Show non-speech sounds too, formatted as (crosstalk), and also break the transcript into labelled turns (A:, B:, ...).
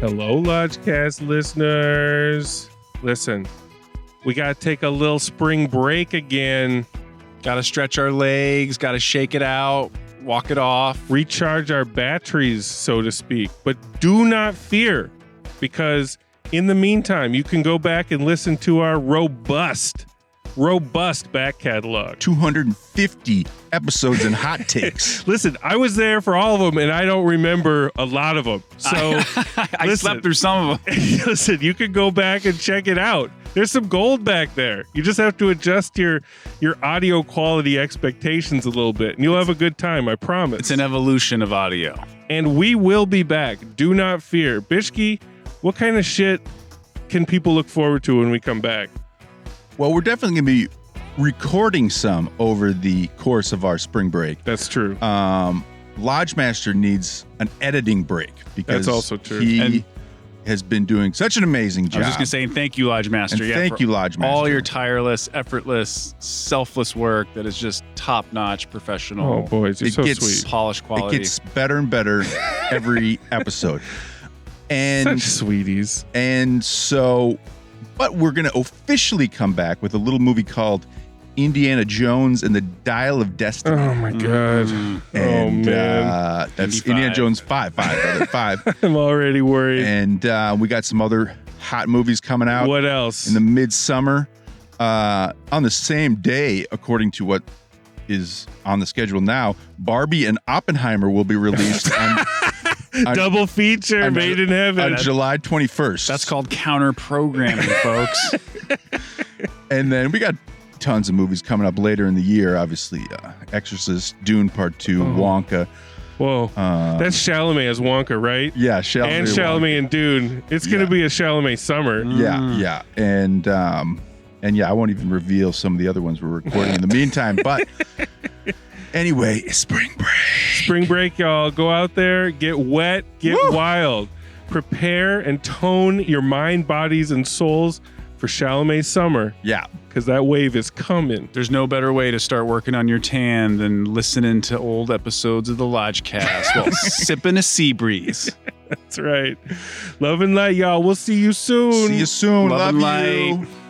A: Hello, Lodgecast listeners. Listen, we got to take a little spring break again,
B: Got to stretch our legs, got to shake it out, walk it off.
A: recharge our batteries, so to speak. But do not fear, because in the meantime, you can go back and listen to our robust, robust back catalog.
C: 250 episodes and hot
B: (laughs)
C: takes.
A: Listen, I was there for all of them, and I don't remember a lot of them. So.
B: I
A: Listen.
B: slept through some of them.
A: (laughs) listen, you can go back and check it out. There's some gold back there. You just have to adjust your your audio quality expectations a little bit, and you'll have a good time. I promise.
B: It's an evolution of audio.
A: and we will be back. Do not fear, Bishki. What kind of shit can people look forward to when we come back?
C: well, we're definitely going to be recording some over the course of our spring break.
A: That's true.
C: Um, Lodgemaster needs an editing break because
A: That's also true.
C: he
B: And-
C: has been doing such an amazing
B: I
C: job.
B: was just gonna say, and thank you, Lodge Master.
C: and thank
B: for
C: you, Lodgemaster.
B: All your tireless, effortless, selfless work that is just top notch, professional,
A: oh boys, you're
C: it
A: so
C: gets-
A: sweet.
B: polished
C: it
B: quality.
C: gets better
B: (laughs)
C: and better every episode. And
A: Such sweeties.
C: And so, but we're going to officially come back with a little movie called Indiana Jones and the Dial of Destiny.
A: Oh my god.
B: Mm.
C: Mm-hmm. and,
A: oh man, (laughs)
C: Uh, that's
B: Indy five.
C: Indiana Jones 5, 5, brother, 5.
A: I'm already worried.
C: and uh, we got some other hot movies coming out
A: What else?
C: in the midsummer uh, on the same day, according to what is on the schedule now. Barbie and Oppenheimer will be released on,
A: Double feature
C: I'm-
A: made in heaven.
C: on July 21st.
B: That's called counter
C: (laughs)
B: programming, folks.
C: And then we got tons of movies coming up later in the year. Obviously, uh, Exorcist, Dune Part Two, Wonka.
A: Whoa.
C: Uh,
A: That's Chalamet as Wonka, right?
C: yeah, Shall
A: and Chalamet and Dune. It's gonna
C: Yeah.
A: be a Chalamet summer.
C: Yeah,
B: Mm.
C: yeah, and um, and yeah, I won't even reveal some of the other ones we're recording in the meantime. But anyway, it's spring break.
A: Spring break, y'all. Go out there, get wet, get
C: Woo.
A: wild. Prepare and tone your mind, bodies, and souls for Chalamet summer,
C: Yeah,
A: because that wave is coming.
B: There's no better way to start working on your tan than listening to old episodes of the Lodgecast
C: (laughs)
B: while sipping a sea breeze.
A: That's right. Love and light, y'all. We'll see you soon.
C: see you soon.
B: Love
C: Love,
B: and
C: you.
B: light.